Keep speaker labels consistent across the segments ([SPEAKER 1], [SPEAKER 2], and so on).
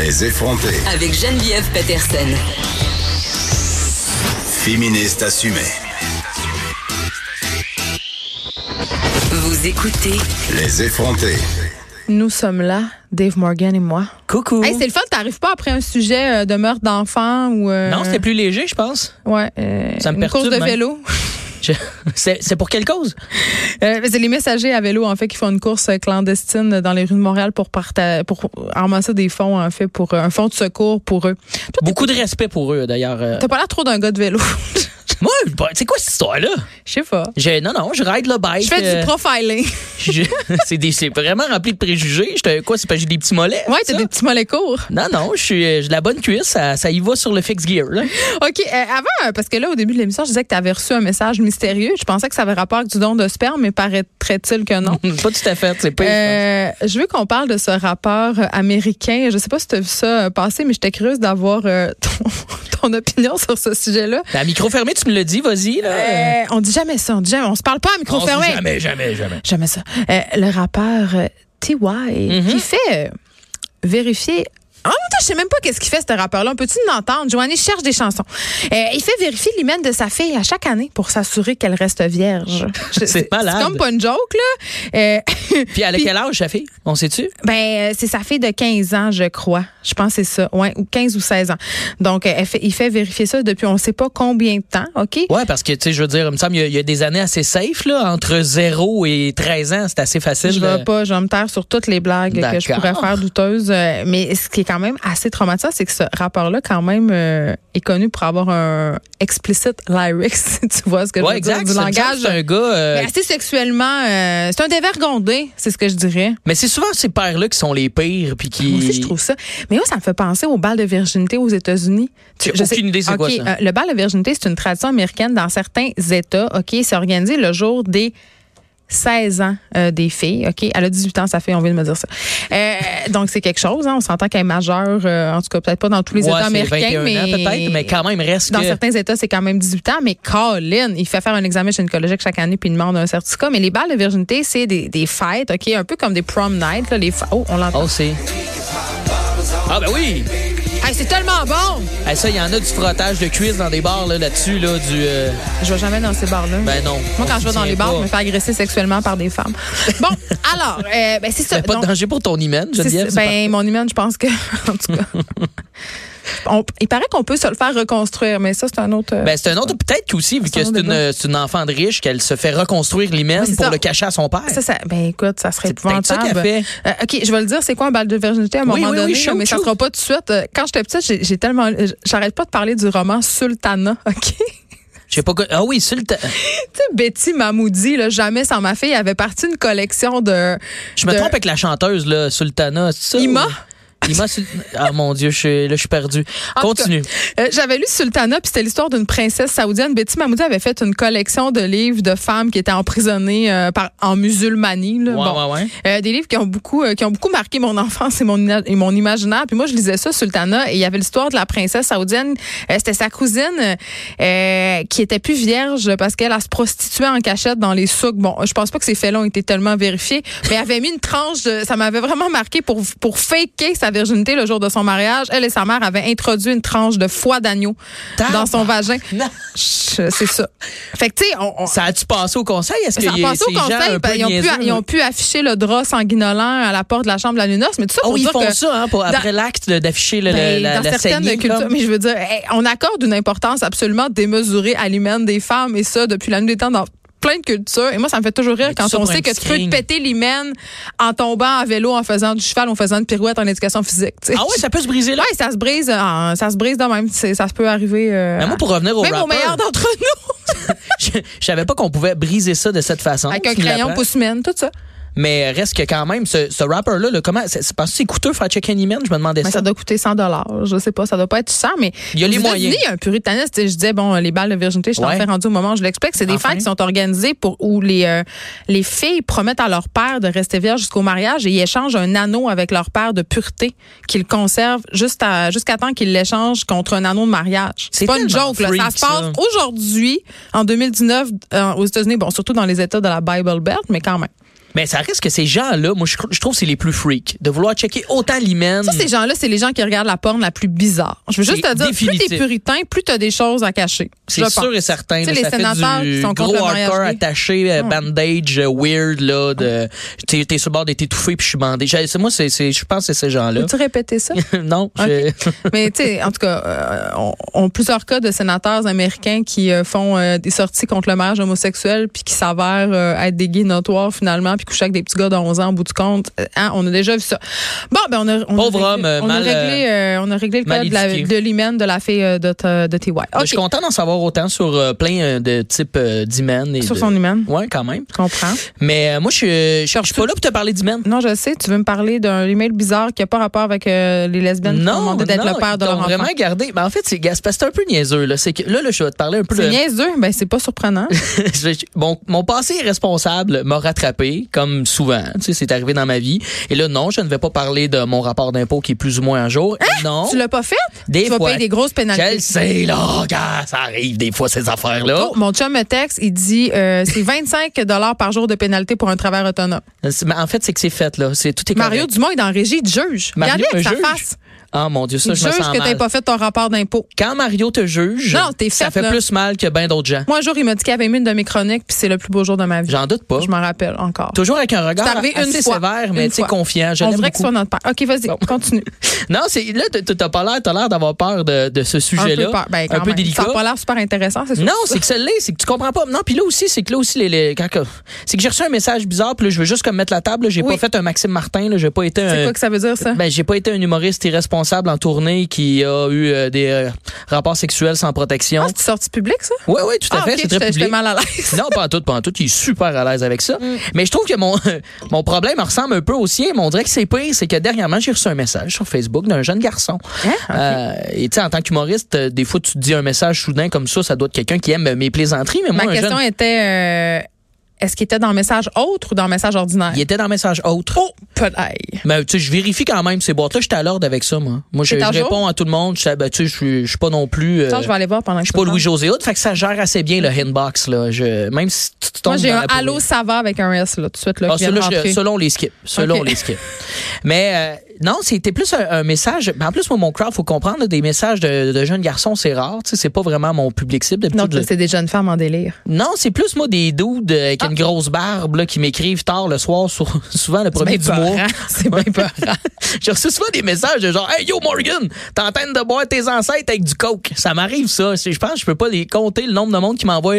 [SPEAKER 1] Les effronter.
[SPEAKER 2] Avec Geneviève Peterson.
[SPEAKER 1] Féministe assumée.
[SPEAKER 2] Vous écoutez
[SPEAKER 1] Les effronter.
[SPEAKER 3] Nous sommes là, Dave Morgan et moi.
[SPEAKER 4] Coucou.
[SPEAKER 3] Hey, c'est le fun, t'arrives pas après un sujet euh, de meurtre d'enfant ou. euh,
[SPEAKER 4] non, c'était plus léger, je pense.
[SPEAKER 3] Ouais, euh,
[SPEAKER 4] Ça me
[SPEAKER 3] une course
[SPEAKER 4] perturbe,
[SPEAKER 3] de
[SPEAKER 4] hein.
[SPEAKER 3] vélo.
[SPEAKER 4] Je- C'est c'est pour quelle cause?
[SPEAKER 3] Euh, c'est les messagers à vélo, en fait, qui font une course euh, clandestine dans les rues de Montréal pour, parta- pour ramasser des fonds, en fait, pour euh, un fonds de secours pour eux. Toi,
[SPEAKER 4] Beaucoup de respect pour eux, d'ailleurs. euh.
[SPEAKER 3] T'as pas l'air trop d'un gars de vélo.
[SPEAKER 4] Moi, je- bah, c'est quoi cette histoire-là?
[SPEAKER 3] Je sais pas.
[SPEAKER 4] Je- Non, non, je ride le bike.
[SPEAKER 3] Je fais
[SPEAKER 4] euh,
[SPEAKER 3] du profiling.
[SPEAKER 4] je- c'est des- c'est vraiment rempli de préjugés. J'étais- Quoi, c'est parce que j'ai des petits mollets?
[SPEAKER 3] Ouais,
[SPEAKER 4] c'est
[SPEAKER 3] t'as des petits mollets courts.
[SPEAKER 4] Non, non, je suis, euh, j'ai de la bonne cuisse. Ça, ça y va sur le fixed gear. là.
[SPEAKER 3] OK, euh, avant, euh, parce que là, au début de l'émission, je disais que t'avais reçu un message mystérieux. Je pensais que ça avait rapport avec du don de sperme, mais paraîtrait-il que non.
[SPEAKER 4] pas tout à fait. C'est hein. pas.
[SPEAKER 3] Euh, je veux qu'on parle de ce rapport euh, américain. Je sais pas si tu as vu ça euh, passer, mais j'étais curieuse d'avoir euh, ton, ton opinion sur ce sujet-là.
[SPEAKER 4] La micro fermée, tu me le dis, vas-y. là.
[SPEAKER 3] Euh, on dit jamais ça, on dit jamais, on se parle pas à micro
[SPEAKER 4] On se dit
[SPEAKER 3] fermé.
[SPEAKER 4] Jamais, jamais, jamais.
[SPEAKER 3] Jamais ça. Euh, le rappeur euh, T.Y.
[SPEAKER 4] Mm-hmm.
[SPEAKER 3] qui fait euh, vérifier. Ah, En même temps, je sais même pas qu'est-ce qu'il fait, ce rappeur-là. On peut-tu l'entendre? Joanny cherche des chansons. Euh, il fait vérifier l'hymen de sa fille à chaque année pour s'assurer qu'elle reste vierge. Je-
[SPEAKER 4] malade.
[SPEAKER 3] C'est comme pas une joke, là. Euh,
[SPEAKER 4] Puis, elle a quel âge, sa fille? On sait-tu?
[SPEAKER 3] Ben, euh, c'est sa fille de 15 ans, je crois. Je pense que c'est ça. Ouais, ou 15 ou 16 ans. Donc, euh, elle fait- il fait vérifier ça depuis on ne sait pas combien de temps, OK?
[SPEAKER 4] Ouais, parce que, tu sais, je veux dire, il me semble, il y a- il y, a des années assez safe, là. Entre 0 et 13 ans, c'est assez facile.
[SPEAKER 3] Je
[SPEAKER 4] euh,
[SPEAKER 3] vais pas, je vais me taire sur toutes les blagues que je
[SPEAKER 4] D'accord.
[SPEAKER 3] pourrais faire douteuses. euh, Mais ce qui est quand même assez traumatisant, c'est que ce rapport-là, quand même, euh, est connu pour avoir un explicit lyrics, si tu vois ce que
[SPEAKER 4] Ouais,
[SPEAKER 3] je veux dire,
[SPEAKER 4] exact.
[SPEAKER 3] du
[SPEAKER 4] ça me semble que
[SPEAKER 3] langage.
[SPEAKER 4] C'est un gars. euh,
[SPEAKER 3] Mais assez sexuellement, euh, c'est un dévergondé, c'est ce que je dirais.
[SPEAKER 4] Mais c'est souvent ces pères-là qui sont les pires, puis qui.
[SPEAKER 3] Moi aussi, je trouve ça. Mais moi, ça me fait penser au bal de virginité aux États-Unis. Tu-
[SPEAKER 4] J'ai aucune idée c'est
[SPEAKER 3] OK,
[SPEAKER 4] quoi ça.
[SPEAKER 3] euh, le bal de virginité, c'est une tradition américaine dans certains États. OK, c'est organisé le jour des 16 ans euh, des filles. OK, elle a 18 ans, sa fille, on vient de me dire ça. Euh, donc, c'est quelque chose. hein. on s'entend qu'elle est majeure, euh, en tout cas, peut-être pas dans tous les
[SPEAKER 4] Ouais,
[SPEAKER 3] États
[SPEAKER 4] c'est
[SPEAKER 3] américains,
[SPEAKER 4] 21
[SPEAKER 3] mais.
[SPEAKER 4] ans peut-être, mais quand même, reste
[SPEAKER 3] Dans
[SPEAKER 4] que.
[SPEAKER 3] certains États, c'est quand même 18 ans, mais Colin, il fait faire un examen gynécologique chaque année puis il demande un certificat. Mais les balles de virginité, c'est des, des fêtes, OK? Un peu comme des prom night, là, les fa- Oh, on l'entend.
[SPEAKER 4] Oh, c'est. Ah, ben oui!
[SPEAKER 3] Hey, c'est tellement bon!
[SPEAKER 4] Ah, ça, il y en a du frottage de cuisses dans des bars là, là-dessus, là, du. euh,
[SPEAKER 3] Je vais jamais dans ces bars-là.
[SPEAKER 4] Ben non.
[SPEAKER 3] Moi, quand
[SPEAKER 4] On
[SPEAKER 3] je vais dans
[SPEAKER 4] soutient
[SPEAKER 3] les bars,
[SPEAKER 4] pas.
[SPEAKER 3] je me fais agresser sexuellement par des femmes. Bon, alors, euh, ben, c'est ça.
[SPEAKER 4] Ben, pas
[SPEAKER 3] Donc,
[SPEAKER 4] de danger pour ton hymen,
[SPEAKER 3] c'est-
[SPEAKER 4] Geneviève. c'est
[SPEAKER 3] ben, mon humaine, je pense que, en tout cas. on- il paraît qu'on peut se le faire reconstruire, mais ça, c'est un autre. euh,
[SPEAKER 4] Ben, c'est un autre, peut-être aussi, vu
[SPEAKER 3] C'est
[SPEAKER 4] que
[SPEAKER 3] un
[SPEAKER 4] c'est
[SPEAKER 3] autre
[SPEAKER 4] une, euh,
[SPEAKER 3] débat.
[SPEAKER 4] c'est une enfant de riche, qu'elle se fait reconstruire l'hymen
[SPEAKER 3] Ouais, c'est
[SPEAKER 4] pour
[SPEAKER 3] ça.
[SPEAKER 4] le cacher à son père.
[SPEAKER 3] ça, ça- ben écoute, ça serait
[SPEAKER 4] C'est peut-être ça
[SPEAKER 3] épouvantable.
[SPEAKER 4] qu'elle fait.
[SPEAKER 3] Euh, OK, je vais le dire, c'est quoi un bal de virginité à un
[SPEAKER 4] Oui,
[SPEAKER 3] moment
[SPEAKER 4] oui,
[SPEAKER 3] donné,
[SPEAKER 4] oui,
[SPEAKER 3] là,
[SPEAKER 4] shoot,
[SPEAKER 3] mais ça
[SPEAKER 4] shoot.
[SPEAKER 3] sera pas tout de suite. Euh, Quand j'étais petite, j'ai- j'ai tellement. euh, J'arrête pas de parler du roman Sultana, OK?
[SPEAKER 4] Je sais pas quoi- Ah oui, sur le ta-
[SPEAKER 3] Tu sais, Betty Mamoudi, là, jamais sans ma fille, elle avait parti une collection de.
[SPEAKER 4] Je me
[SPEAKER 3] de-
[SPEAKER 4] trompe avec la chanteuse, là, Sultana, c'est ça?
[SPEAKER 3] Ima?
[SPEAKER 4] ou- Ima, Sul- Ah mon Dieu, je suis, là, je suis perdu.
[SPEAKER 3] En tout
[SPEAKER 4] Continue.
[SPEAKER 3] Euh, J'avais lu Sultana, puis c'était l'histoire d'une princesse saoudienne. Betty Mahmoudi avait fait une collection de livres de femmes qui étaient emprisonnées euh, par, en musulmanie. là.
[SPEAKER 4] Ouais,
[SPEAKER 3] Bon.
[SPEAKER 4] ouais, ouais.
[SPEAKER 3] Euh, des livres qui ont beaucoup euh, qui ont beaucoup marqué mon enfance et mon, ina- et mon imaginaire. Puis moi, je lisais ça, Sultana, et il y avait l'histoire de la princesse saoudienne. Euh, c'était sa cousine euh, qui était plus vierge parce qu'elle elle se prostituait en cachette dans les souks. Bon, je pense pas que ces faits-là ont été tellement vérifiés, mais elle avait mis une tranche. De, ça m'avait vraiment marqué pour pour faker sa virginité le jour de son mariage. Elle et sa mère avaient introduit une tranche de foie d'agneau dans son vagin.
[SPEAKER 4] Non.
[SPEAKER 3] Je- C'est ça. Fait que tu sais, on, on-
[SPEAKER 4] Ça a-tu passé au conseil? Est-ce que
[SPEAKER 3] ça a
[SPEAKER 4] y a-
[SPEAKER 3] passé au
[SPEAKER 4] ces gens
[SPEAKER 3] conseil,
[SPEAKER 4] un
[SPEAKER 3] ben,
[SPEAKER 4] peu
[SPEAKER 3] ils, ont pu,
[SPEAKER 4] niaiseux,
[SPEAKER 3] ils ont pu afficher le drap sanguinolent à la porte de la chambre de la nunoce, mais tout ça
[SPEAKER 4] Ah
[SPEAKER 3] pour
[SPEAKER 4] oui, ils
[SPEAKER 3] dire
[SPEAKER 4] font
[SPEAKER 3] que
[SPEAKER 4] ça hein, pour, après l'acte de- d'afficher le-
[SPEAKER 3] ben,
[SPEAKER 4] la,
[SPEAKER 3] dans
[SPEAKER 4] la
[SPEAKER 3] certaines
[SPEAKER 4] saignée,
[SPEAKER 3] cultures,
[SPEAKER 4] comme.
[SPEAKER 3] mais je veux dire, hey, on accorde une importance absolument démesurée à l'hymen des femmes et ça depuis la nuit des temps dans plein de cultures. Et moi, ça me fait toujours rire
[SPEAKER 4] Mais tout
[SPEAKER 3] quand
[SPEAKER 4] ça
[SPEAKER 3] on
[SPEAKER 4] pour un
[SPEAKER 3] sait que
[SPEAKER 4] petit
[SPEAKER 3] tu peux te
[SPEAKER 4] screen.
[SPEAKER 3] péter l'hymen en tombant à vélo, en faisant du cheval, en faisant une pirouette en éducation physique. tu sais.
[SPEAKER 4] Ah ouais, ça peut se briser là.
[SPEAKER 3] Ouais, ça se brise, euh, ça se brise de même. C'est- Ça se peut arriver. euh,
[SPEAKER 4] Mais Ben, moi, pour revenir au
[SPEAKER 3] même
[SPEAKER 4] rappeur,
[SPEAKER 3] au meilleur d'entre nous,
[SPEAKER 4] je, je savais pas qu'on pouvait briser ça de cette façon.
[SPEAKER 3] avec un
[SPEAKER 4] Tu me
[SPEAKER 3] crayon
[SPEAKER 4] l'apprends.
[SPEAKER 3] pouce tout ça.
[SPEAKER 4] Mais reste que quand même, ce, ce rapper-là, là, comment. C'est, c'est, penses-tu que c'est coûteux faire Check Any Man? Je me demandais
[SPEAKER 3] Mais
[SPEAKER 4] ça.
[SPEAKER 3] ça doit coûter 100 Je sais pas, ça doit pas être 100 mais
[SPEAKER 4] Il y a
[SPEAKER 3] aux
[SPEAKER 4] les
[SPEAKER 3] États-Unis,
[SPEAKER 4] moyens.
[SPEAKER 3] Il y a un puritaniste. Je disais, bon, les balles de virginité, je t'en
[SPEAKER 4] Ouais.
[SPEAKER 3] fais rendu au moment où je l'explique. C'est des
[SPEAKER 4] Enfin.
[SPEAKER 3] fêtes qui sont organisées pour où les, euh, les filles promettent à leur père de rester vierge jusqu'au mariage et ils échangent un anneau avec leur père de pureté qu'ils conservent juste à- jusqu'à temps qu'ils l'échangent contre un anneau de mariage.
[SPEAKER 4] C'est
[SPEAKER 3] C'est pas une
[SPEAKER 4] tellement
[SPEAKER 3] joke, là.
[SPEAKER 4] freak,
[SPEAKER 3] Ça se
[SPEAKER 4] ça.
[SPEAKER 3] passe aujourd'hui, en 2019, euh, aux États-Unis, bon, surtout dans les États de la Bible Belt, mais quand même.
[SPEAKER 4] Mais ça reste que ces gens-là, moi, je, cr- je trouve que c'est les plus freaks. De vouloir checker autant l'hymen.
[SPEAKER 3] Ça, ces gens-là, c'est les gens qui regardent la porn la plus bizarre. Je veux juste
[SPEAKER 4] C'est
[SPEAKER 3] te dire, plus
[SPEAKER 4] définitif.
[SPEAKER 3] t'es puritain, plus t'as des choses à cacher.
[SPEAKER 4] C'est
[SPEAKER 3] Je
[SPEAKER 4] sûr
[SPEAKER 3] pense.
[SPEAKER 4] et certain.
[SPEAKER 3] Tu
[SPEAKER 4] là,
[SPEAKER 3] sais, les
[SPEAKER 4] ça
[SPEAKER 3] sénateurs
[SPEAKER 4] fait du
[SPEAKER 3] qui sont contre
[SPEAKER 4] gros
[SPEAKER 3] le mariage
[SPEAKER 4] hardcore
[SPEAKER 3] gay.
[SPEAKER 4] attaché, euh, bandage euh, weird, là, de, t'es, t'es sur le bord d'être étouffé puis je suis bandé. Je- c'est- Moi, c'est, c'est- je pense que c'est ces gens-là.
[SPEAKER 3] Peux-tu répéter ça?
[SPEAKER 4] non, je-
[SPEAKER 3] Ok. Mais tu sais, en tout cas, euh, on, on plusieurs cas de sénateurs américains qui euh, font euh, des sorties contre le mariage homosexuel puis qui s'avèrent euh, être des gays notoires finalement puis coucher avec des petits gars de 11 ans au bout du compte. Euh, hein, on a déjà vu ça. Bon, ben on a on
[SPEAKER 4] Pauvre
[SPEAKER 3] a réglé,
[SPEAKER 4] homme, euh,
[SPEAKER 3] on,
[SPEAKER 4] mal,
[SPEAKER 3] a réglé euh, on a réglé le cas
[SPEAKER 4] mal
[SPEAKER 3] de la-
[SPEAKER 4] éduqué.
[SPEAKER 3] de l'hymen de la fille euh, de, ta- de TY.
[SPEAKER 4] Ben, je suis
[SPEAKER 3] OK.
[SPEAKER 4] content d'en savoir autant sur euh, plein euh, de types euh, d'hymen. et
[SPEAKER 3] Sur
[SPEAKER 4] de-
[SPEAKER 3] son hymen.
[SPEAKER 4] Ouais, quand même.
[SPEAKER 3] Je comprends.
[SPEAKER 4] Mais euh, moi, je suis- je suis je suis pas là pour te parler d'hymen.
[SPEAKER 3] Non, je sais, tu veux me parler d'un email bizarre qui n'a pas rapport avec euh, les lesbiennes qui ont
[SPEAKER 4] Non,
[SPEAKER 3] demandé d'être
[SPEAKER 4] non,
[SPEAKER 3] le père de
[SPEAKER 4] ils
[SPEAKER 3] leur
[SPEAKER 4] t'ont
[SPEAKER 3] enfant.
[SPEAKER 4] vraiment gardé. Ben, en fait, c'est, c'est parce que c'est un peu niaiseux. Là, c'est que, là, là, je vais te parler un peu
[SPEAKER 3] C'est
[SPEAKER 4] de,
[SPEAKER 3] niaiseux, ben c'est pas surprenant.
[SPEAKER 4] Je- je- mon, mon passé irresponsable m'a rattrapé, comme souvent. Tu sais, c'est arrivé dans ma vie. Et là, non, je ne vais pas parler de mon rapport d'impôt qui est plus ou moins un jour. non.
[SPEAKER 3] Hein? tu l'as pas fait?
[SPEAKER 4] Des
[SPEAKER 3] tu vas
[SPEAKER 4] fois.
[SPEAKER 3] payer des grosses
[SPEAKER 4] Je le
[SPEAKER 3] pénalités.
[SPEAKER 4] sais, là, gars, ça arrive des fois, ces affaires-là.
[SPEAKER 3] Oh, mon chum me texte, il dit euh, c'est 25 dollars par jour de pénalité pour un travail autonome.
[SPEAKER 4] C'est- mais En fait, c'est que c'est fait, là. C'est, tout est
[SPEAKER 3] Mario
[SPEAKER 4] correct.
[SPEAKER 3] Dumont est en régie, il juge.
[SPEAKER 4] Mario
[SPEAKER 3] Regardez
[SPEAKER 4] me
[SPEAKER 3] avec sa
[SPEAKER 4] juge.
[SPEAKER 3] face.
[SPEAKER 4] Ah, mon Dieu, ça,
[SPEAKER 3] Il
[SPEAKER 4] je me
[SPEAKER 3] juge
[SPEAKER 4] sens
[SPEAKER 3] que t'avais
[SPEAKER 4] mal.
[SPEAKER 3] pas fait ton rapport d'impôt.
[SPEAKER 4] Quand Mario te juge,
[SPEAKER 3] Non, t'es
[SPEAKER 4] ça
[SPEAKER 3] faite,
[SPEAKER 4] fait
[SPEAKER 3] là.
[SPEAKER 4] plus mal que bien d'autres gens.
[SPEAKER 3] Moi, un jour, il m'a dit qu'il avait mis une de mes chroniques, puis c'est le plus beau jour de ma vie.
[SPEAKER 4] J'en doute pas.
[SPEAKER 3] Je m'en rappelle encore.
[SPEAKER 4] Toujours avec un regard
[SPEAKER 3] C'est arrivé
[SPEAKER 4] assez
[SPEAKER 3] une fois.
[SPEAKER 4] sévère, mais
[SPEAKER 3] Une
[SPEAKER 4] tu sais,
[SPEAKER 3] fois.
[SPEAKER 4] confiant. Je
[SPEAKER 3] On
[SPEAKER 4] l'aime
[SPEAKER 3] dirait que
[SPEAKER 4] beaucoup.
[SPEAKER 3] soit notre père. OK, vas-y, continue.
[SPEAKER 4] Non, c'est là, t'as- t'as pas l'air, t'as l'air d'avoir peur de, de ce
[SPEAKER 3] Un peu,
[SPEAKER 4] sujet-là.
[SPEAKER 3] peur. Ben, quand même.
[SPEAKER 4] délicat.
[SPEAKER 3] Ça a pas l'air super intéressant, c'est sûr.
[SPEAKER 4] Non, c'est que ça l'est, c'est que tu comprends pas. Non, puis là aussi, c'est que là aussi, les, les- quand que- c'est que j'ai reçu un message bizarre, puis là, je veux juste comme mettre la table. là. J'ai
[SPEAKER 3] Oui.
[SPEAKER 4] pas fait un Maxime Martin, là, j'ai pas été
[SPEAKER 3] C'est
[SPEAKER 4] un.
[SPEAKER 3] quoi que ça veut dire, ça?
[SPEAKER 4] Ben, j'ai pas été un humoriste irresponsable en tournée qui a eu euh, des euh, rapports sexuels sans protection.
[SPEAKER 3] Ah, c'est sorti public, ça?
[SPEAKER 4] Oui, oui, tout à
[SPEAKER 3] Ah,
[SPEAKER 4] fait,
[SPEAKER 3] ok,
[SPEAKER 4] c'est très
[SPEAKER 3] j'étais-
[SPEAKER 4] public.
[SPEAKER 3] j'étais mal à l'aise.
[SPEAKER 4] Non, pas en tout, pas en tout. Il est super à l'aise avec ça.
[SPEAKER 3] Mm.
[SPEAKER 4] Mais je trouve que mon, mon problème ressemble un peu au sien, mais on dirait que c'est pire. C'est que dernièrement, j'ai reçu un message sur Facebook d'un jeune garçon.
[SPEAKER 3] Hein?
[SPEAKER 4] Euh, et tu sais, en tant qu'humoriste, euh, des fois, tu te dis un message soudain comme ça, ça doit être quelqu'un qui aime euh, mes plaisanteries, mais
[SPEAKER 3] Ma
[SPEAKER 4] moi, un
[SPEAKER 3] question
[SPEAKER 4] jeune,
[SPEAKER 3] était euh, est-ce qu'il était dans un message autre ou dans un message ordinaire?
[SPEAKER 4] il était dans un message autre.
[SPEAKER 3] Oh! Peut-être.
[SPEAKER 4] Mais tu sais, je vérifie quand même ces boîtes-là. J'étais à l'ordre avec ça, moi. Moi, je,
[SPEAKER 3] T'es
[SPEAKER 4] je
[SPEAKER 3] à jour?
[SPEAKER 4] réponds à tout le monde. Je, ben, tu sais, je suis- je suis pas non plus... euh,
[SPEAKER 3] Attends, je vais aller voir pendant que
[SPEAKER 4] je suis pas
[SPEAKER 3] tu parles.
[SPEAKER 4] Louis-José Hood, fait que ça gère assez bien le inbox, là. Je, même si tu tu tombes
[SPEAKER 3] Moi, j'ai
[SPEAKER 4] dans
[SPEAKER 3] un
[SPEAKER 4] la pourriture.
[SPEAKER 3] Allô, ça va avec un S, là, tout de suite, là,
[SPEAKER 4] Ah,
[SPEAKER 3] qui vient de
[SPEAKER 4] celui-là, je-
[SPEAKER 3] rentrer.
[SPEAKER 4] selon les skips. Selon
[SPEAKER 3] Ok.
[SPEAKER 4] les skips. Mais euh, non, c'était plus un, un message. mais en plus, moi, mon crowd, faut comprendre, là, des messages de, de jeunes garçons, c'est rare. Tu sais, c'est pas vraiment mon public cible.
[SPEAKER 3] Non,
[SPEAKER 4] D'habitude, je-
[SPEAKER 3] c'est des jeunes femmes en délire.
[SPEAKER 4] non, c'est plus moi des dudes euh,
[SPEAKER 3] Ah.
[SPEAKER 4] avec une grosse barbe là, qui m'écrivent tard le soir, sur- souvent le premier du
[SPEAKER 3] bien
[SPEAKER 4] mois.
[SPEAKER 3] peurant. C'est bien peurant.
[SPEAKER 4] J'ai reçu souvent des messages de genre Hey yo Morgan, t'es en train de boire tes ancêtres avec du coke. Ça m'arrive ça. C'est- Je pense que je peux pas les compter le nombre de monde qui m'envoie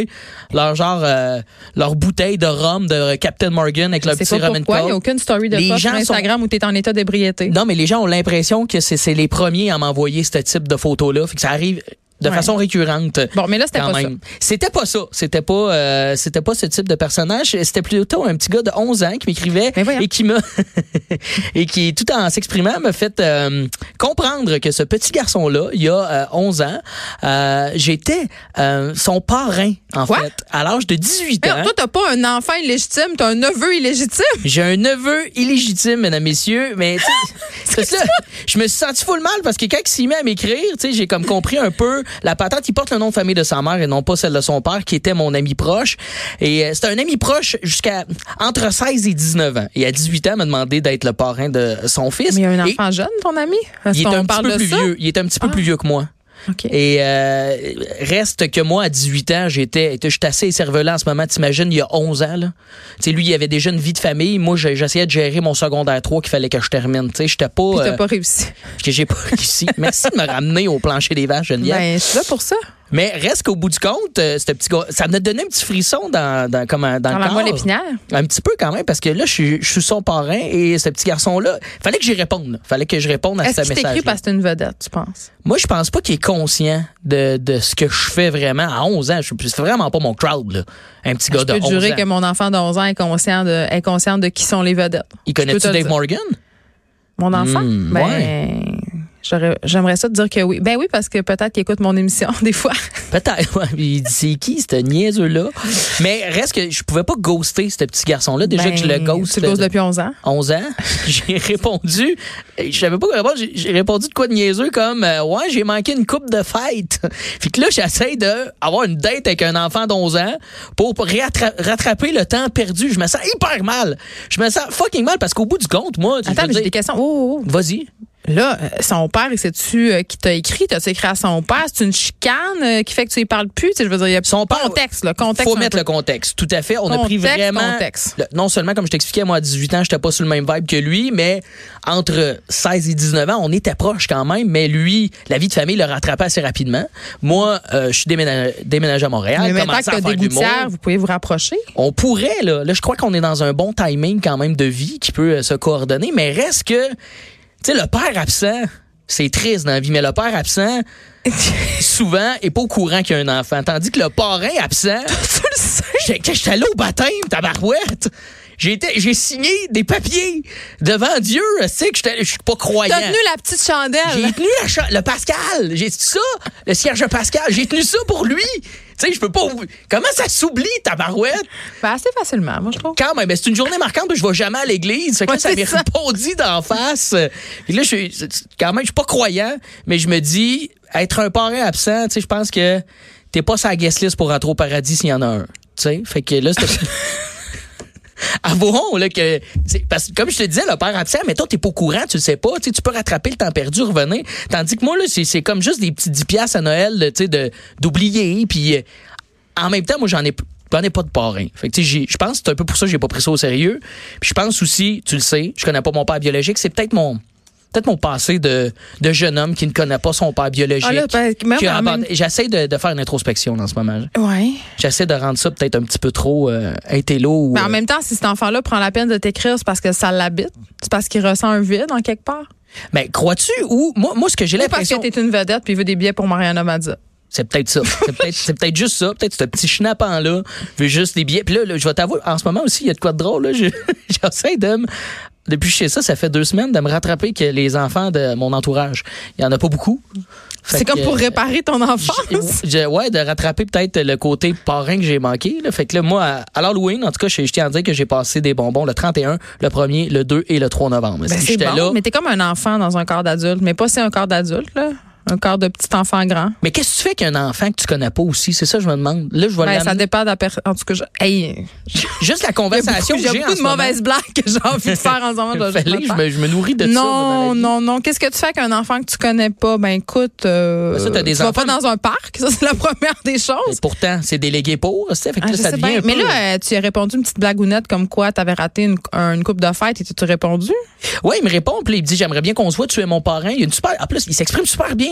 [SPEAKER 4] leur genre euh, leur bouteille de rhum de Captain Morgan avec leur
[SPEAKER 3] C'est
[SPEAKER 4] petit
[SPEAKER 3] pas
[SPEAKER 4] rum and
[SPEAKER 3] pourquoi. Il n'y a
[SPEAKER 4] coke.
[SPEAKER 3] aucune story de
[SPEAKER 4] Les
[SPEAKER 3] poste sur
[SPEAKER 4] gens sont-
[SPEAKER 3] Instagram où tu es en état d'ébriété.
[SPEAKER 4] Non, mais les gens ont l'impression que c'est c'est les premiers à m'envoyer ce type de photos-là. Fait que ça arrive de
[SPEAKER 3] Ouais.
[SPEAKER 4] façon récurrente.
[SPEAKER 3] Bon, mais là, c'était
[SPEAKER 4] quand
[SPEAKER 3] pas
[SPEAKER 4] même. C'était pas ça. C'était pas, euh, c'était pas ce type de personnage. C'était plutôt un petit gars de 11 ans qui m'écrivait
[SPEAKER 3] Mais Ben voyons.
[SPEAKER 4] et qui m'a, et qui, tout en s'exprimant, m'a fait euh, comprendre que ce petit garçon-là, il y a euh, 11 ans, euh, j'étais euh, son parrain, en
[SPEAKER 3] Quoi?
[SPEAKER 4] fait, à l'âge de 18
[SPEAKER 3] Mais
[SPEAKER 4] ans.
[SPEAKER 3] non, toi, t'as pas un enfant illégitime, t'as un neveu illégitime.
[SPEAKER 4] J'ai un neveu illégitime, mesdames, messieurs, mais tu sais, parce que là, je me suis senti full mal parce que quand il s'est mis à m'écrire, tu sais, j'ai comme compris un peu la patente. Il porte le nom de famille de sa mère et non pas celle de son père, qui était mon ami proche. Et euh, c'était un ami proche jusqu'à entre 16 et 19 ans. Et à 18 ans, il m'a demandé d'être le parrain de son fils.
[SPEAKER 3] Mais il y a un
[SPEAKER 4] Et
[SPEAKER 3] enfant jeune, ton ami?
[SPEAKER 4] il est
[SPEAKER 3] on
[SPEAKER 4] un petit
[SPEAKER 3] parle
[SPEAKER 4] peu
[SPEAKER 3] de
[SPEAKER 4] plus
[SPEAKER 3] ça? Ah.
[SPEAKER 4] vieux. Il est un petit peu plus vieux que moi.
[SPEAKER 3] OK.
[SPEAKER 4] Et euh, reste que moi, à 18 ans, j'étais, j'étais assez écervelant en ce moment. T'imagines, il y a 11 ans, là. Tu sais, lui, il avait déjà une vie de famille. Moi, j'ai- j'essayais de gérer mon secondaire 3 qu'il fallait que je termine. Tu sais, j'étais pas...
[SPEAKER 3] Puis t'as
[SPEAKER 4] euh,
[SPEAKER 3] pas réussi.
[SPEAKER 4] que j'ai pas réussi. Merci de me ramener au plancher des vaches, Geneviève.
[SPEAKER 3] Ben, je suis là pour ça.
[SPEAKER 4] Mais reste qu'au bout du compte, euh, ce petit gars- ça me donné un petit frisson dans, dans, comme, dans,
[SPEAKER 3] Dans
[SPEAKER 4] le
[SPEAKER 3] la
[SPEAKER 4] corps.
[SPEAKER 3] moelle épinière?
[SPEAKER 4] Un petit peu quand même, parce que là, je, suis- je suis son parrain et ce petit garçon-là, fallait que j'y réponde. Fallait que je réponde à ce
[SPEAKER 3] Est-ce qu'il
[SPEAKER 4] Ah, message.
[SPEAKER 3] t'écrit parce que t'es une vedette, tu penses?
[SPEAKER 4] Moi, je pense pas qu'il est conscient de, de ce que je fais vraiment. À 11 ans, je c'est vraiment pas mon crowd, là. Un petit gars
[SPEAKER 3] Je
[SPEAKER 4] de
[SPEAKER 3] peux
[SPEAKER 4] 11
[SPEAKER 3] te jurer
[SPEAKER 4] ans.
[SPEAKER 3] que mon enfant de 11 ans est conscient de, est conscient de qui sont les vedettes.
[SPEAKER 4] Il
[SPEAKER 3] Je peux te
[SPEAKER 4] connaît-tu
[SPEAKER 3] le
[SPEAKER 4] Dave
[SPEAKER 3] dire.
[SPEAKER 4] Morgan?
[SPEAKER 3] Mon enfant?
[SPEAKER 4] Hmm,
[SPEAKER 3] ben,
[SPEAKER 4] ouais.
[SPEAKER 3] j'aurais- J'aimerais ça te dire que oui. Ben oui, parce que peut-être qu'il écoute mon émission des fois.
[SPEAKER 4] Peut-être. ouais. Il dit, c'est qui, ce niaiseux-là? Mais reste que je pouvais pas ghoster ce petit garçon-là. Déjà
[SPEAKER 3] Ben,
[SPEAKER 4] que je le ghost.
[SPEAKER 3] Tu le
[SPEAKER 4] de-
[SPEAKER 3] ghost depuis 11 ans.
[SPEAKER 4] 11 ans, j'ai répondu, euh, je savais pas quoi répondre, j'ai- j'ai répondu de quoi de niaiseux comme euh, ouais, j'ai manqué une coupe de fête. Puis que là j'essaie de avoir une date avec un enfant d'11 ans pour rattra- rattraper le temps perdu. Je me sens hyper mal. Je me sens fucking mal parce qu'au bout du compte, moi, je
[SPEAKER 3] Attends,
[SPEAKER 4] veux
[SPEAKER 3] mais j'ai des
[SPEAKER 4] dire,
[SPEAKER 3] questions. Oh, oh, oh.
[SPEAKER 4] vas-y.
[SPEAKER 3] Là, euh, son père, c'est-tu euh, qui t'a écrit? T'as-tu écrit à son père? C'est une chicane euh, qui fait que tu y parles plus? Tu sais, je veux dire, il y a
[SPEAKER 4] Son père-
[SPEAKER 3] contexte, là, contexte.
[SPEAKER 4] faut
[SPEAKER 3] un
[SPEAKER 4] mettre
[SPEAKER 3] peu.
[SPEAKER 4] le contexte. Tout à fait. On a pris
[SPEAKER 3] Contexte,
[SPEAKER 4] vraiment.
[SPEAKER 3] contexte.
[SPEAKER 4] le- non seulement, comme je t'expliquais, moi, à 18 ans, j'étais pas sur le même vibe que lui, mais entre 16 et 19 ans, on était proches quand même, mais lui, la vie de famille le rattrapait assez rapidement. Moi, euh, je suis déménagé, déménagé à Montréal.
[SPEAKER 3] Mais maintenant
[SPEAKER 4] commençais
[SPEAKER 3] que t'as
[SPEAKER 4] à
[SPEAKER 3] des
[SPEAKER 4] faire de l'humour.
[SPEAKER 3] gouttières, vous pouvez vous rapprocher.
[SPEAKER 4] On pourrait, là. Là, je crois qu'on est dans un bon timing quand même de vie qui peut euh, se coordonner, mais reste que, tu sais, le père absent, c'est triste dans la vie, mais le père absent, souvent, est pas au courant qu'il y a un enfant. Tandis que le parrain absent, j'étais j'étais allé au baptême, tabarouette. J'ai été- j'ai signé des papiers devant Dieu, tu sais, que j'étais- je suis pas croyant.
[SPEAKER 3] T'as tenu la petite
[SPEAKER 4] J'ai
[SPEAKER 3] chandelle.
[SPEAKER 4] tenu la cha- le Pascal, j'ai tenu ça, le cierge de Pascal, j'ai tenu ça pour lui. Tu sais, je peux pas. Comment ça s'oublie, tabarouette?
[SPEAKER 3] Ben, assez facilement, moi, je trouve.
[SPEAKER 4] quand même, ben, c'est une journée marquante où je vais jamais à l'église. Fait que là,
[SPEAKER 3] Ouais,
[SPEAKER 4] ça
[SPEAKER 3] c'est
[SPEAKER 4] m'est
[SPEAKER 3] ça.
[SPEAKER 4] répondit d'en face. Et là, je suis, c'est- c'est- quand même, je suis pas croyant, mais je me dis, être un parrain absent, tu sais, je pense que t'es pas sa guest list pour rentrer au paradis s'il y en a un. Tu sais, fait que là, c'était. Avouons là, que. c'est- Parce que comme je te disais, le père absent, mais toi, t'es pas au courant, tu le sais pas. Tu sais, tu peux rattraper le temps perdu, revenir. Tandis que moi, là, c'est- c'est comme juste des petits 10 piastres à Noël, là, tu sais, de- d'oublier. Puis euh, en même temps, moi, j'en ai p- j'en ai pas de parrain. Fait que, tu sais, j'ai- je pense que c'est un peu pour ça que j'ai pas pris ça au sérieux. Puis je pense aussi, tu le sais, je connais pas mon père biologique, c'est peut-être mon peut-être mon passé de, de jeune homme qui ne connaît pas son père biologique.
[SPEAKER 3] Ah là, ben, même
[SPEAKER 4] qui a
[SPEAKER 3] en même-
[SPEAKER 4] abandonné- J'essaie de, de faire une introspection en ce moment.
[SPEAKER 3] Ouais.
[SPEAKER 4] J'essaie de rendre ça peut-être un petit peu trop euh, intello. ou,
[SPEAKER 3] Mais
[SPEAKER 4] euh,
[SPEAKER 3] Ben, en même temps, si cet enfant-là prend la peine de t'écrire, c'est parce que ça l'habite. C'est parce qu'il ressent un vide en quelque part.
[SPEAKER 4] Mais crois-tu ou moi, moi ce que j'ai
[SPEAKER 3] Ou parce que
[SPEAKER 4] l'impression
[SPEAKER 3] t'es une vedette puis il veut des billets pour Mariana Mazza.
[SPEAKER 4] c'est peut-être ça, c'est peut-être c'est peut-être juste ça, peut-être ce petit schnappant là veut juste des billets. Puis là, là, je vais t'avouer en ce moment aussi il y a de quoi de drôle là, Je- j'essaie de me depuis que je sais ça, ça fait deux semaines de me rattraper que les enfants de mon entourage, il y en a pas beaucoup. Fait
[SPEAKER 3] C'est comme
[SPEAKER 4] que- euh,
[SPEAKER 3] pour réparer ton enfance.
[SPEAKER 4] Je- je- ouais, de rattraper peut-être le côté parrain que j'ai manqué. là. Fait que là, moi, à, à l'Halloween, en tout cas, je, je tiens à dire que j'ai passé des bonbons le 31, le 1er, le 2 et le 3 novembre.
[SPEAKER 3] Ben,
[SPEAKER 4] Si
[SPEAKER 3] c'est
[SPEAKER 4] j'étais
[SPEAKER 3] bon,
[SPEAKER 4] là-
[SPEAKER 3] mais t'es comme un enfant dans un corps d'adulte. Mais pas c'est un corps d'adulte, là. Un corps de petit enfant grand.
[SPEAKER 4] Mais qu'est-ce que tu fais qu'un enfant que tu connais pas aussi? C'est ça, que je me demande. Là, je vais
[SPEAKER 3] Ben,
[SPEAKER 4] l'amener-
[SPEAKER 3] ça dépend de la personne. En tout cas, je- hey,
[SPEAKER 4] Juste la
[SPEAKER 3] il y a beaucoup,
[SPEAKER 4] conversation
[SPEAKER 3] il y a
[SPEAKER 4] que j'ai
[SPEAKER 3] beaucoup
[SPEAKER 4] en
[SPEAKER 3] de
[SPEAKER 4] ce moment.
[SPEAKER 3] mauvaises blagues que j'ai envie de faire en ce moment. Ah, ben, Je vais
[SPEAKER 4] Fallait,
[SPEAKER 3] juste
[SPEAKER 4] je,
[SPEAKER 3] le faire.
[SPEAKER 4] me, je me nourris de ça. moi, dans
[SPEAKER 3] Non,
[SPEAKER 4] la vie.
[SPEAKER 3] non, non. Qu'est-ce que tu fais avec un enfant que tu connais pas? Ben écoute, euh,
[SPEAKER 4] Ça, t'as des
[SPEAKER 3] tu vas pas
[SPEAKER 4] enfants-
[SPEAKER 3] dans un parc. Ça, c'est la première des
[SPEAKER 4] Mais
[SPEAKER 3] choses.
[SPEAKER 4] pourtant, c'est délégué pour. tu sais, Fait que
[SPEAKER 3] Ah,
[SPEAKER 4] là,
[SPEAKER 3] je
[SPEAKER 4] ça
[SPEAKER 3] sais
[SPEAKER 4] devient
[SPEAKER 3] bien.
[SPEAKER 4] un
[SPEAKER 3] Mais
[SPEAKER 4] peu-
[SPEAKER 3] là, euh, tu as répondu une petite blagounette comme quoi tu avais raté une, un- une coupe de fête et tu t'es répondu.
[SPEAKER 4] Ouais, il me répond, puis là, il me dit J'aimerais bien qu'on se voit, tu es mon parrain. Il a une super. En plus, il s'exprime super bien.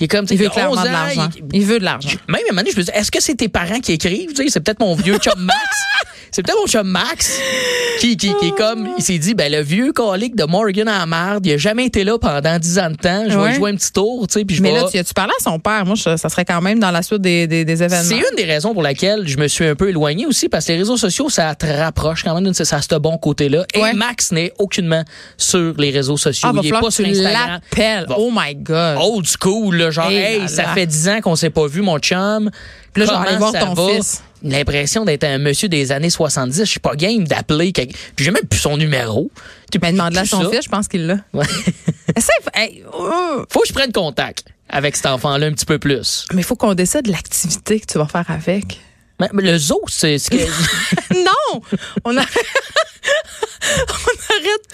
[SPEAKER 4] Il est comme. tu sais,
[SPEAKER 3] Il veut
[SPEAKER 4] a 11
[SPEAKER 3] clairement de
[SPEAKER 4] ans,
[SPEAKER 3] l'argent.
[SPEAKER 4] il-
[SPEAKER 3] Il veut de l'argent.
[SPEAKER 4] Même à un moment donné, je me dis, est-ce que c'est tes parents qui écrivent? Tu sais, c'est peut-être mon vieux chum Max. C'est peut-être mon chum Max qui, qui, qui est comme, il s'est dit, ben, le vieux colique de Morgan à la marde, il a jamais été là pendant 10 ans de temps. Je vais
[SPEAKER 3] Ouais.
[SPEAKER 4] jouer un petit tour, tu sais, puis je
[SPEAKER 3] Mais
[SPEAKER 4] vais-
[SPEAKER 3] là, tu as-tu parlé à son père? Moi, je- ça serait quand même dans la suite des, des, des événements.
[SPEAKER 4] C'est une des raisons pour laquelle je me suis un peu éloigné aussi, parce que les réseaux sociaux, ça te rapproche quand même, d'une- ça a ce bon côté-là. Et
[SPEAKER 3] Ouais.
[SPEAKER 4] Max n'est aucunement sur les réseaux sociaux.
[SPEAKER 3] Ah, va
[SPEAKER 4] il est
[SPEAKER 3] falloir
[SPEAKER 4] pas
[SPEAKER 3] que tu
[SPEAKER 4] sur Instagram.
[SPEAKER 3] l'appelles.
[SPEAKER 4] Va-
[SPEAKER 3] Oh my God.
[SPEAKER 4] Old school, là, genre,
[SPEAKER 3] Eh
[SPEAKER 4] hey,
[SPEAKER 3] là
[SPEAKER 4] ça
[SPEAKER 3] là.
[SPEAKER 4] fait 10 ans qu'on s'est pas vu, mon chum.
[SPEAKER 3] Puis là, je vais
[SPEAKER 4] Comment
[SPEAKER 3] aller voir
[SPEAKER 4] ça
[SPEAKER 3] ton
[SPEAKER 4] va?
[SPEAKER 3] fils.
[SPEAKER 4] L'impression d'être un monsieur des années 70. Je suis pas game d'appeler. quelqu'un. Puis j'ai même plus son numéro. Tu
[SPEAKER 3] Mais demande-la à
[SPEAKER 4] plus
[SPEAKER 3] son
[SPEAKER 4] ça.
[SPEAKER 3] fils, je pense qu'il l'a.
[SPEAKER 4] Ouais.
[SPEAKER 3] Essaye, hey, oh.
[SPEAKER 4] Faut que je prenne contact avec cet enfant-là un petit peu plus.
[SPEAKER 3] Mais il faut qu'on décide de l'activité que tu vas faire avec.
[SPEAKER 4] Mais mais le zoo, c'est. c'est que-
[SPEAKER 3] non! On a... Arrête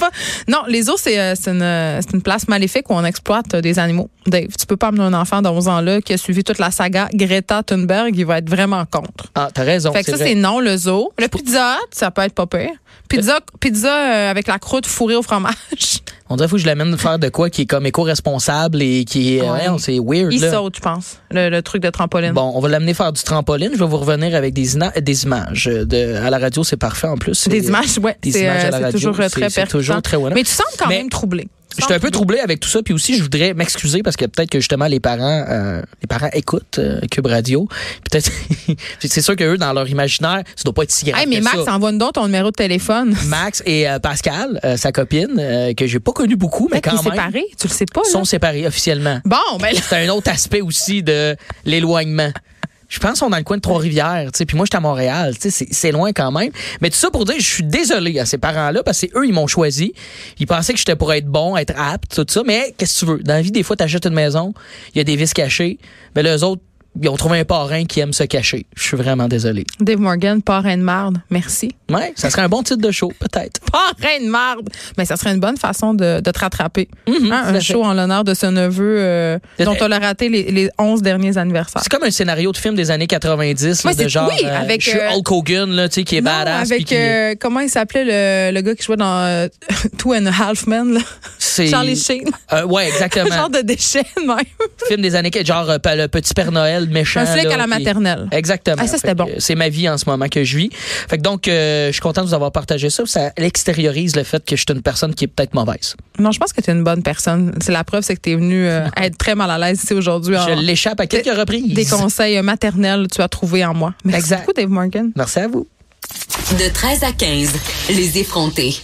[SPEAKER 3] pas. Non, les zoos, c'est euh, c'est une, euh, c'est une place maléfique où on exploite euh, des animaux. Dave, tu peux pas amener un enfant de 11 ans là qui a suivi toute la saga Greta Thunberg, il va être vraiment contre.
[SPEAKER 4] Ah, t'as raison.
[SPEAKER 3] Fait que ça,
[SPEAKER 4] vrai.
[SPEAKER 3] c'est non, le zoo. Le pizza, Hut, ça peut être pas pire. Pizza, pizza euh, avec la croûte fourrée au fromage.
[SPEAKER 4] On dirait faut que je l'amène faire de quoi qui est comme éco-responsable et qui est.
[SPEAKER 3] Ouais.
[SPEAKER 4] Ouais, c'est weird.
[SPEAKER 3] Il
[SPEAKER 4] là.
[SPEAKER 3] saute, hein. je pense, le, le truc de trampoline.
[SPEAKER 4] Bon, on va l'amener faire du trampoline. Je vais vous revenir avec des, ina- des images. De, à la radio, c'est parfait en plus.
[SPEAKER 3] Des
[SPEAKER 4] C'est-
[SPEAKER 3] images, ouais.
[SPEAKER 4] des
[SPEAKER 3] C'est
[SPEAKER 4] images à
[SPEAKER 3] euh,
[SPEAKER 4] la
[SPEAKER 3] c'est
[SPEAKER 4] radio,
[SPEAKER 3] toujours euh,
[SPEAKER 4] c'est-
[SPEAKER 3] très
[SPEAKER 4] c'est toujours
[SPEAKER 3] pertinent.
[SPEAKER 4] très wonderful.
[SPEAKER 3] Mais tu sembles quand
[SPEAKER 4] Mais
[SPEAKER 3] même troublé. Tu
[SPEAKER 4] J'étais un
[SPEAKER 3] sembles
[SPEAKER 4] peu troublé avec tout ça, puis aussi je voudrais m'excuser parce que peut-être que justement les parents, euh, les parents écoutent euh, Cube Radio. Peut-être, c'est sûr que eux dans leur imaginaire, ça doit pas être si grave.
[SPEAKER 3] Hey, mais
[SPEAKER 4] que
[SPEAKER 3] Max,
[SPEAKER 4] ça.
[SPEAKER 3] envoie-nous donc ton numéro de téléphone.
[SPEAKER 4] Max et euh, Pascal, euh, sa copine, euh, que j'ai pas connue beaucoup, mais
[SPEAKER 3] Peut-être qu'il
[SPEAKER 4] quand
[SPEAKER 3] est
[SPEAKER 4] même,
[SPEAKER 3] séparé, tu le sais pas. là.
[SPEAKER 4] sont séparés officiellement.
[SPEAKER 3] Bon, ben là,
[SPEAKER 4] C'est un autre aspect aussi de l'éloignement. Je pense qu'on est dans le coin de Trois-Rivières, tu sais, puis moi j'étais à Montréal, tu sais, c'est- c'est loin quand même. Mais tout ça pour dire, je suis désolé à ces parents-là parce que c'est eux ils m'ont choisi. Ils pensaient que j'étais pour être bon, être apte, tout ça. Mais qu'est-ce que tu veux Dans la vie, des fois, t'achètes une maison, il y a des vis cachées, mais les autres, ils ont trouvé un parrain qui aime se cacher. Je suis vraiment désolé.
[SPEAKER 3] Dave Morgan, parrain de marde. Merci.
[SPEAKER 4] Ouais, ça serait un bon titre de show, peut-être.
[SPEAKER 3] Parrain de marde. Mais ça serait une bonne façon de, de te rattraper. Hein,
[SPEAKER 4] Mhm, tout à
[SPEAKER 3] un
[SPEAKER 4] fait.
[SPEAKER 3] show en l'honneur de ce neveu euh,
[SPEAKER 4] C'est-
[SPEAKER 3] dont on a raté les, les 11 derniers anniversaires.
[SPEAKER 4] C'est comme un scénario de film des années 90, là,
[SPEAKER 3] Ouais,
[SPEAKER 4] de
[SPEAKER 3] c'est-
[SPEAKER 4] genre,
[SPEAKER 3] oui,
[SPEAKER 4] euh,
[SPEAKER 3] avec,
[SPEAKER 4] je suis
[SPEAKER 3] euh,
[SPEAKER 4] Hulk Hogan, là, tu sais, qui est
[SPEAKER 3] Non,
[SPEAKER 4] badass. puis
[SPEAKER 3] avec
[SPEAKER 4] qui
[SPEAKER 3] euh,
[SPEAKER 4] est-
[SPEAKER 3] comment il s'appelait le, le gars qui jouait dans euh, Two and a Half Men là?
[SPEAKER 4] c'est-
[SPEAKER 3] Charlie Sheen
[SPEAKER 4] Euh, ouais, exactement.
[SPEAKER 3] genre de déchet de même
[SPEAKER 4] film des années genre euh, le petit Père Noël méchant.
[SPEAKER 3] un flic
[SPEAKER 4] là,
[SPEAKER 3] à la
[SPEAKER 4] qui-
[SPEAKER 3] maternelle
[SPEAKER 4] Exactement.
[SPEAKER 3] Ah, ça, c'était
[SPEAKER 4] Fait que,
[SPEAKER 3] bon.
[SPEAKER 4] euh, C'est ma vie en ce moment que je vis. Fait que donc, euh, je suis content de vous avoir partagé ça. Ça extériorise le fait que je suis une personne qui est peut-être mauvaise.
[SPEAKER 3] non je pense que tu es une bonne personne c'est la preuve c'est que tu es venu être très mal à l'aise ici aujourd'hui en-
[SPEAKER 4] Je l'échappe à quelques reprises.
[SPEAKER 3] Ah. des conseils maternels tu as trouvé en moi merci
[SPEAKER 4] Exact.
[SPEAKER 3] beaucoup Dave Morgan
[SPEAKER 4] Merci à vous.
[SPEAKER 2] De 13 à 15, les effrontés.